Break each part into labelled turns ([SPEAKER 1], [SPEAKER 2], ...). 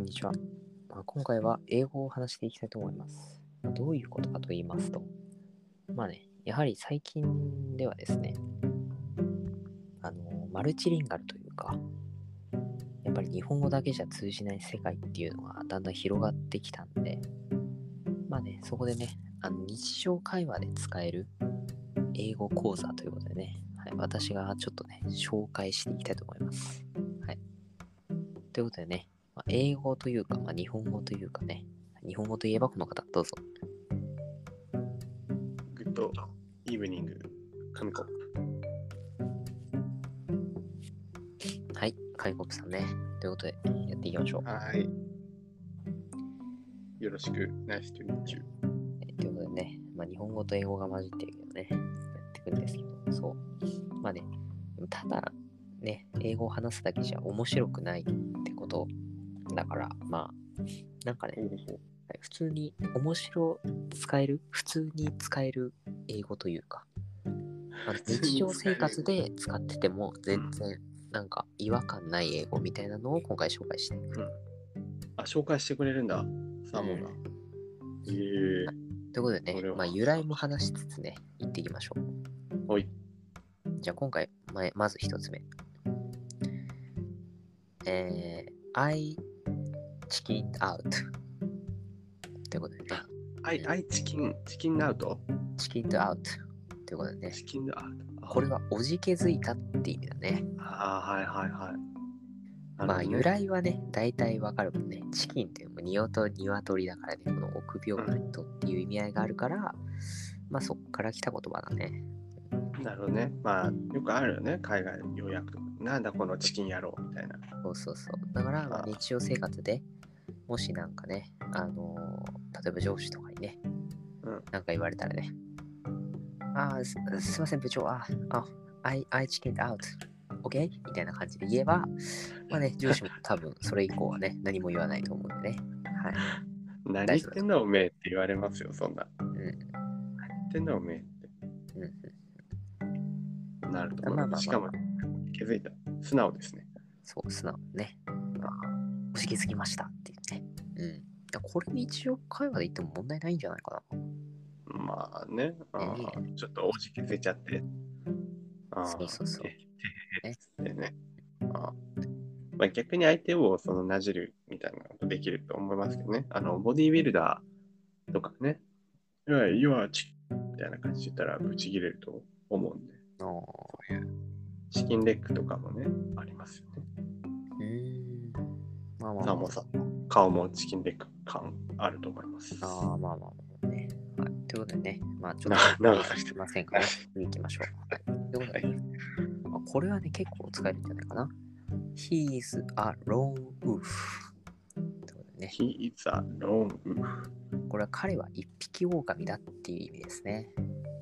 [SPEAKER 1] にちは、まあ、今回は英語を話していきたいと思います。どういうことかと言いますと、まあね、やはり最近ではですね、あの、マルチリンガルというか、やっぱり日本語だけじゃ通じない世界っていうのがだんだん広がってきたんで、まあね、そこでね、あの日常会話で使える英語講座ということでね、はい、私がちょっとね、紹介していきたいと思います。はい。ということでね、まあ、英語というか、まあ、日本語というかね、日本語といえばこの方、どうぞ。
[SPEAKER 2] グッドイーブニング、神子。
[SPEAKER 1] はい、カイコプさんね。ということで、やっていきましょう。
[SPEAKER 2] はい。よろしく、ナイスとニッチュ。
[SPEAKER 1] えということでね、まあ、日本語と英語が混じってるけどね、やってくんですけど、そう。まあね、でもただ、ね、英語を話すだけじゃ面白くないってことだから、まあ、なんかね、はい普通に面白使える普通に使える英語というかあの
[SPEAKER 2] 普通に使える
[SPEAKER 1] 日常生活で使ってても全然なんか違和感ない英語みたいなのを今回紹介していく
[SPEAKER 2] あ、紹介してくれるんだ、サーモンが。ええ
[SPEAKER 1] ということで
[SPEAKER 2] こ
[SPEAKER 1] ね
[SPEAKER 2] れ、は
[SPEAKER 1] まあ、由来も話しつつね言っていきましょう
[SPEAKER 2] はい。
[SPEAKER 1] じゃあ今回ままず一つ目えー、I chickened out ということでね
[SPEAKER 2] アイ、アイチキン、チキンアウト
[SPEAKER 1] chickened out ということでね
[SPEAKER 2] チキンアウト。
[SPEAKER 1] これはおじけづいたって意味だね
[SPEAKER 2] ああ、はいはい
[SPEAKER 1] まあ
[SPEAKER 2] はい。なるほどね
[SPEAKER 1] 由来はね、大体わかるもんね。チキンっていうのも鶏と鶏だからね、この臆病な人っていう意味合いがあるから、まあそっから来た言葉だね。
[SPEAKER 2] なるほどね。まあ、よくあるよね、海外予約とか。なんだこのチキン野郎みたいな。
[SPEAKER 1] そうそうそう。だからまあ
[SPEAKER 2] あ
[SPEAKER 1] 日常生活でもしなんかね、あのー例えば上司とかにね、
[SPEAKER 2] うん
[SPEAKER 1] なんか言われたらね、ああ、すすいません部長、ああ、I, I chickened out。OK? みたいな感じで言えば、まあね、上司も多分それ以降はね、何も言わないと思うんでね。はい。
[SPEAKER 2] 何言ってんだおめえって言われますよ、そんな。
[SPEAKER 1] ん
[SPEAKER 2] 何言ってんだおめえっ
[SPEAKER 1] うんうん
[SPEAKER 2] てなると
[SPEAKER 1] ま
[SPEAKER 2] 思
[SPEAKER 1] あまあま
[SPEAKER 2] う。
[SPEAKER 1] あ
[SPEAKER 2] しかも、気づいた。素直ですね。
[SPEAKER 1] そう、素直にね。おし気づきましたっていうね。うん。いやこれ日常会話で言っても問題ないんじゃないかな。
[SPEAKER 2] まあね、あー
[SPEAKER 1] え
[SPEAKER 2] ちょっとおじけづいちゃって。あー
[SPEAKER 1] そうそうそう
[SPEAKER 2] えええでね。あーまあ、逆に相手をそのなじるみたいなことできると思いますけどね。あの、ボディービルダーとかね、いわゆる、要はチキンみたいな感じで言ったら、ぶち切れると思うんで、
[SPEAKER 1] の
[SPEAKER 2] チキンレッグとかもね、ありますよね。
[SPEAKER 1] うーん。まあまあ、
[SPEAKER 2] サーモンさん、顔もチキンレッグ感あると思います。
[SPEAKER 1] ああ、まあまあまあね。はい。ということでね、まあちょ
[SPEAKER 2] な
[SPEAKER 1] っと、
[SPEAKER 2] 長くして
[SPEAKER 1] すいませんから、次行きましょう。はい。ということで、ねまあ、これはね、結構使えるんじゃないかな。He is a lone wolf. ということでね、
[SPEAKER 2] He is a lone wolf.
[SPEAKER 1] これは彼は一匹狼だっていう意味ですね。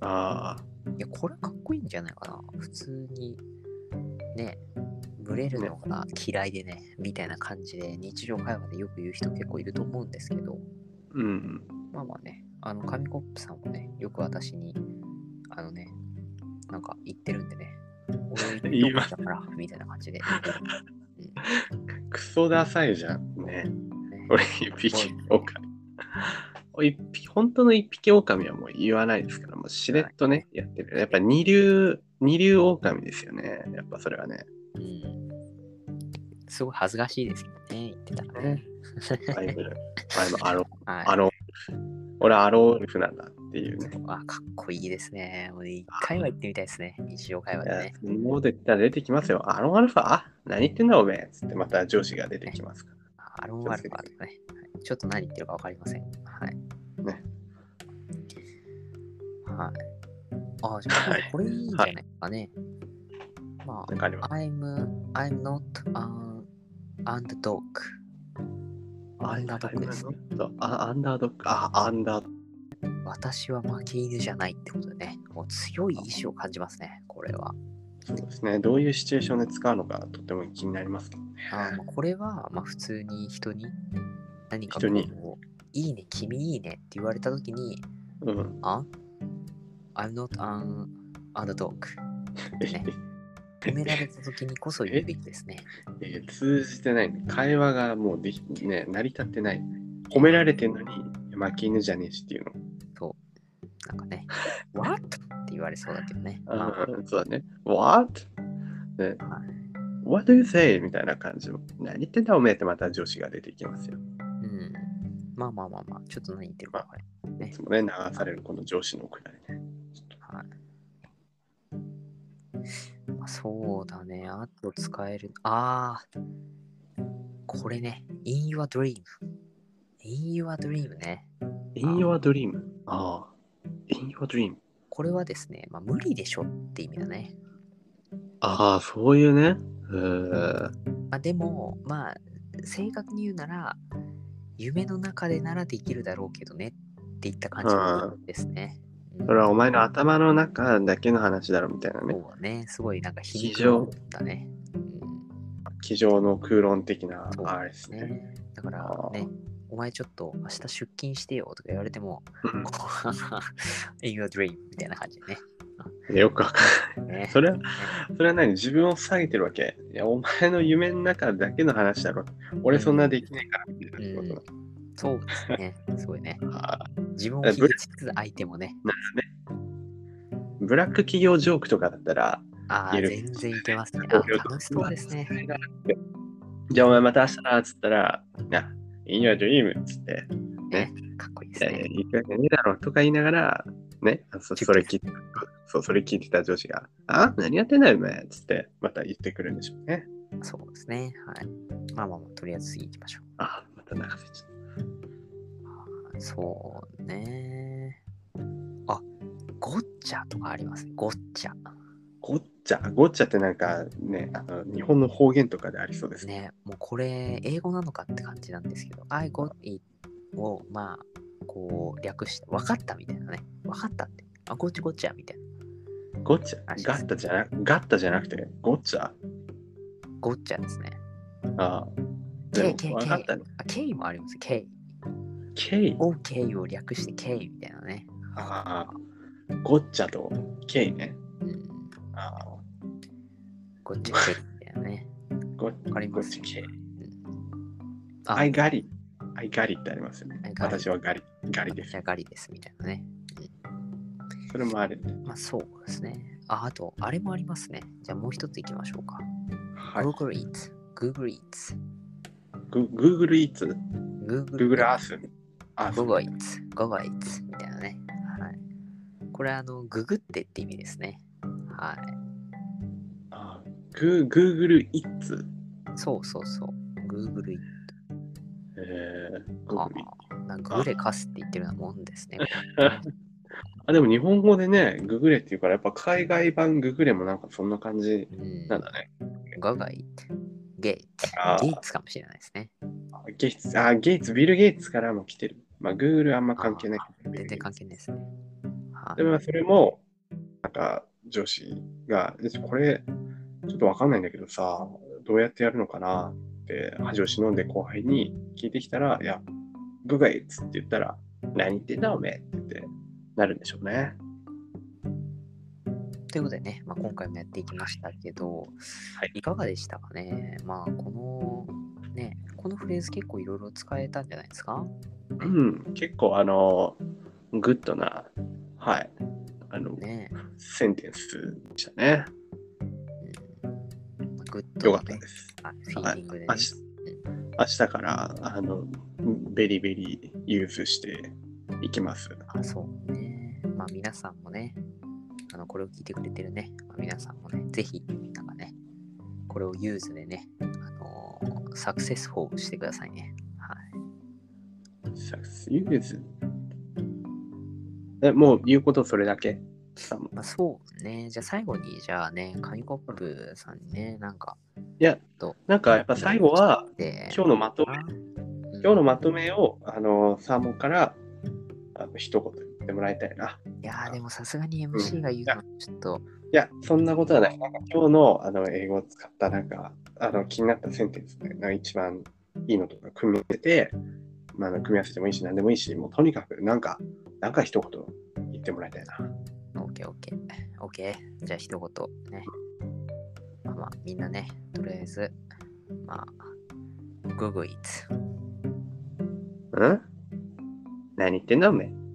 [SPEAKER 2] ああ、
[SPEAKER 1] いや、これかっこいいんじゃないかな。普通に、ね、ブレるのが嫌いでね、みたいな感じで、日常会話でよく言う人結構いると思うんですけど、
[SPEAKER 2] うん。
[SPEAKER 1] まあまあね、あの、紙コップさんもね、よく私に、あのね、なんか言ってるんでね、俺言
[SPEAKER 2] 言
[SPEAKER 1] っ
[SPEAKER 2] い
[SPEAKER 1] とだ
[SPEAKER 2] ま
[SPEAKER 1] から、みたいな感じで。
[SPEAKER 2] クソダサいじゃん。ね。
[SPEAKER 1] ね
[SPEAKER 2] 俺、一匹狼。一匹、本当の一匹狼はもう言わないですから、もうしれっとね、やってる。やっぱ二流、二流狼ですよね。やっぱそれはね。
[SPEAKER 1] うんすごい恥ずかしいですけどね、言ってたらね。
[SPEAKER 2] バイブル。前のアロ、
[SPEAKER 1] はい
[SPEAKER 2] アロ、俺アロウルフなんだっていうね。
[SPEAKER 1] あ、かっこいいですね。もう一回は行ってみたいですね。日常会話
[SPEAKER 2] い
[SPEAKER 1] で
[SPEAKER 2] や
[SPEAKER 1] ね。
[SPEAKER 2] もう出たら出てきますよ。アロンアルファあ何言ってんだおめえつってまた上司が出てきますか
[SPEAKER 1] アロンアルファとかね、はいちょっと何言ってるか分かりません。はい。
[SPEAKER 2] ね
[SPEAKER 1] はい。ああ、じゃ
[SPEAKER 2] は
[SPEAKER 1] あ、これいいんじゃないですかね。ま
[SPEAKER 2] ら。なんかあります
[SPEAKER 1] あ、I'm, I'm not an underdog. アンダードッグですね。
[SPEAKER 2] あアンダードッグ。あ、アンダードッグ。
[SPEAKER 1] 私は負け犬じゃないってことでね、もう強い意志を感じますね、これは。
[SPEAKER 2] そうですね。どういうシチュエーションで使うのかとっても気になりますけどね。
[SPEAKER 1] あーまあこれは、まあ、普通に人に何か
[SPEAKER 2] 人に
[SPEAKER 1] こういいね、君いいねって言われたときに、
[SPEAKER 2] うん。
[SPEAKER 1] あ ?I'm not an underdog. ね褒められた時にこそ言うべきですね。
[SPEAKER 2] えー通じてない。会話がもうでき、ね、成り立ってない。褒められてんのに、負け犬じゃねえしっていうの。
[SPEAKER 1] なんかね、What? って言われそうだけどね。まあ
[SPEAKER 2] うんそうだね。What? ね
[SPEAKER 1] は
[SPEAKER 2] What do you say? みたいな感じも。何言ってんだおめえってまた上司が出てきますよ。
[SPEAKER 1] うん、まあまあまあまあ、ちょっと何言ってるか分かんない
[SPEAKER 2] いつもね、流されるこの上司のくだりね。
[SPEAKER 1] はいまあ、そうだね。あと使える。ああ。これね。In your dream。In your dream ね。
[SPEAKER 2] In your dream. ああ。In your dream.
[SPEAKER 1] これはですね、まあ、無理でしょって意味だね。
[SPEAKER 2] ああ、そういうね。うー
[SPEAKER 1] まあ、でも、まあ、正確に言うなら、夢の中でならできるだろうけどねっていった感じの意味ですね。うん
[SPEAKER 2] それはお前の頭の中だけの話だろみたいな
[SPEAKER 1] そ
[SPEAKER 2] ね。
[SPEAKER 1] うだね。すごいなんか
[SPEAKER 2] 非
[SPEAKER 1] 非
[SPEAKER 2] 常
[SPEAKER 1] 常だね。うん
[SPEAKER 2] 机上の空論的な
[SPEAKER 1] そう
[SPEAKER 2] あれですね。
[SPEAKER 1] ね、だか
[SPEAKER 2] あ
[SPEAKER 1] ら
[SPEAKER 2] ー
[SPEAKER 1] ね、お前ちょっと明日出勤してよとか言われても、
[SPEAKER 2] うん
[SPEAKER 1] こう in your dream みたいな感じでね。
[SPEAKER 2] よくわかん
[SPEAKER 1] ね
[SPEAKER 2] それはそれは何自分を下げてるわけいや、お前の夢の中だけの話だろ。俺そんなできないからみたいなことだ。
[SPEAKER 1] そうですね。すごいね。
[SPEAKER 2] あ
[SPEAKER 1] 自分を卑下しつつ相手もね。
[SPEAKER 2] ーブラック企業ジョークとかだったら、
[SPEAKER 1] ああ、
[SPEAKER 2] いる
[SPEAKER 1] 全然いけますね。あー楽しそうですね。
[SPEAKER 2] じゃあお前また明日なっつったら、な、いいよ、ドリームっつって、
[SPEAKER 1] ねかっこいいで
[SPEAKER 2] い
[SPEAKER 1] す
[SPEAKER 2] やいや、
[SPEAKER 1] ね。
[SPEAKER 2] いくわけねえだろとか言いながら、ね、あそそれ聞いてそうそれ聞いてた上司が、あ何やってんだよ、お前っつって、また言ってくるんでしょうね。
[SPEAKER 1] そうですね。はい。まあまあまあ、とりあえず次行きましょう。
[SPEAKER 2] あ、また泣かせちゃっ
[SPEAKER 1] そうね。あ、ゴッチャとかありますね。ゴッチャ。
[SPEAKER 2] た。ごっちゃ、ごっちゃってなんかね、あの日本の方言とかでありそうですね。
[SPEAKER 1] ね、もうこれ英語なのかって感じなんですけど、I got it をまあこう略して分かったみたいなね、分かったって、あごっちゃごっちゃみたいな、
[SPEAKER 2] ごっちゃ、
[SPEAKER 1] あそう
[SPEAKER 2] ガッタじゃなガッタじゃなくて、ごっちゃ。
[SPEAKER 1] ごっちゃですね。
[SPEAKER 2] あで
[SPEAKER 1] けい
[SPEAKER 2] も
[SPEAKER 1] けい
[SPEAKER 2] 分かったね。
[SPEAKER 1] けいもあります、けい。
[SPEAKER 2] K。
[SPEAKER 1] OK を略してけいみたいなね。
[SPEAKER 2] ああ、ごっちゃと K ね。
[SPEAKER 1] うん、
[SPEAKER 2] ああ、
[SPEAKER 1] ごっちゃけいみたいなね。
[SPEAKER 2] ごっ
[SPEAKER 1] わかり
[SPEAKER 2] ご
[SPEAKER 1] ま
[SPEAKER 2] っ
[SPEAKER 1] す
[SPEAKER 2] ちゃ K。
[SPEAKER 1] あ、
[SPEAKER 2] I got it。I got it ってありますよね
[SPEAKER 1] I。got it
[SPEAKER 2] 私はガリ、ガリで
[SPEAKER 1] じ
[SPEAKER 2] す
[SPEAKER 1] ゃ。がりですみたいなね。
[SPEAKER 2] それもある。
[SPEAKER 1] まあそうですね。あ、あと、あれもありますね。じゃあもう一ついきましょうか。
[SPEAKER 2] はい。
[SPEAKER 1] Google Eats。Google Eats。
[SPEAKER 2] Goo- Google Eats、
[SPEAKER 1] Google
[SPEAKER 2] Google Earth。あ、
[SPEAKER 1] ゴ
[SPEAKER 2] そう
[SPEAKER 1] ゴイツ、ゴゴイツみたいなね。はい。これあの、ググってって意味ですね。はい。
[SPEAKER 2] あ Goo- Google Eats。
[SPEAKER 1] そうそうそう。グーグルイ
[SPEAKER 2] えー、
[SPEAKER 1] あ
[SPEAKER 2] Google Eats
[SPEAKER 1] ーなんかグレカスって言ってるようなもんですね。こ
[SPEAKER 2] あ、でも日本語でね、ググれっていうから、やっぱ海外版ググれもなんかそんな感じ
[SPEAKER 1] れうん。
[SPEAKER 2] なんだね。
[SPEAKER 1] ゴゴイツ、ゲイツ
[SPEAKER 2] あ、ー
[SPEAKER 1] ゲイツかもしれないですね。
[SPEAKER 2] ゲイツ、あ、ゲイツ、ビル・ゲイツからも来てる。まあ、Google あんま関係ないけど。
[SPEAKER 1] 全然関係ないですね。は
[SPEAKER 2] で
[SPEAKER 1] い。
[SPEAKER 2] もまあそれも、なんか上司が、えこれ、ちょっとわかんないんだけどさ、どうやってやるのかなって、恥を忍んで後輩に聞いてきたら、いや、グガイツって言ったら、何言ってんだおめえって言って、なるんでしょうね。
[SPEAKER 1] ということでね、まあ、今回もやっていきましたけど、
[SPEAKER 2] はい
[SPEAKER 1] かがでしたかねまあ、この、ね、このフレーズ結構いろいろ使えたんじゃないですか
[SPEAKER 2] うん、結構あの、グッドな、はい、あの、
[SPEAKER 1] ね。
[SPEAKER 2] センテンスでしたね。
[SPEAKER 1] うんまあグッド
[SPEAKER 2] よか
[SPEAKER 1] な
[SPEAKER 2] った
[SPEAKER 1] ね
[SPEAKER 2] です。
[SPEAKER 1] はいフィーリングでね
[SPEAKER 2] 明。日明日から、あの、ベリベリユーズしていきます。
[SPEAKER 1] あ、そうね。まあ皆さんもね、あの、これを聞いてくれてるね、まあ、皆さんもね、ぜひ、なんかね、これをユーズでね、あのーサクセスフォーしてくださいね。はい。
[SPEAKER 2] サクセスユーズ。え、もう言うことそれだけさん
[SPEAKER 1] まあそうね。じゃあ最後に、じゃあね、紙コップさんにね、なんか、
[SPEAKER 2] いや
[SPEAKER 1] と、
[SPEAKER 2] なんかやっぱ最後は、
[SPEAKER 1] で、
[SPEAKER 2] 今日のまとめ、
[SPEAKER 1] うん
[SPEAKER 2] 今日のまとめを、あの、サーモンから、あの一言言ってもらいたいな。
[SPEAKER 1] いやーでもさすがに MC が言うのはちょっと、
[SPEAKER 2] いや、そんなことはない。なんか今日のあの英語を使った、なんか、あの気になったセンテンスが一番いいのとか組み合わせて、まあ、あの組み合わせてもいいし、何でもいいし、もうとにかく、なんか、なんか一言言ってもらいたいな。
[SPEAKER 1] オッケーオッケー。オッケー。じゃあ一言ね。まあみんなね、とりあえず、まあ、ググイツ。
[SPEAKER 2] ん何言ってんだおめえ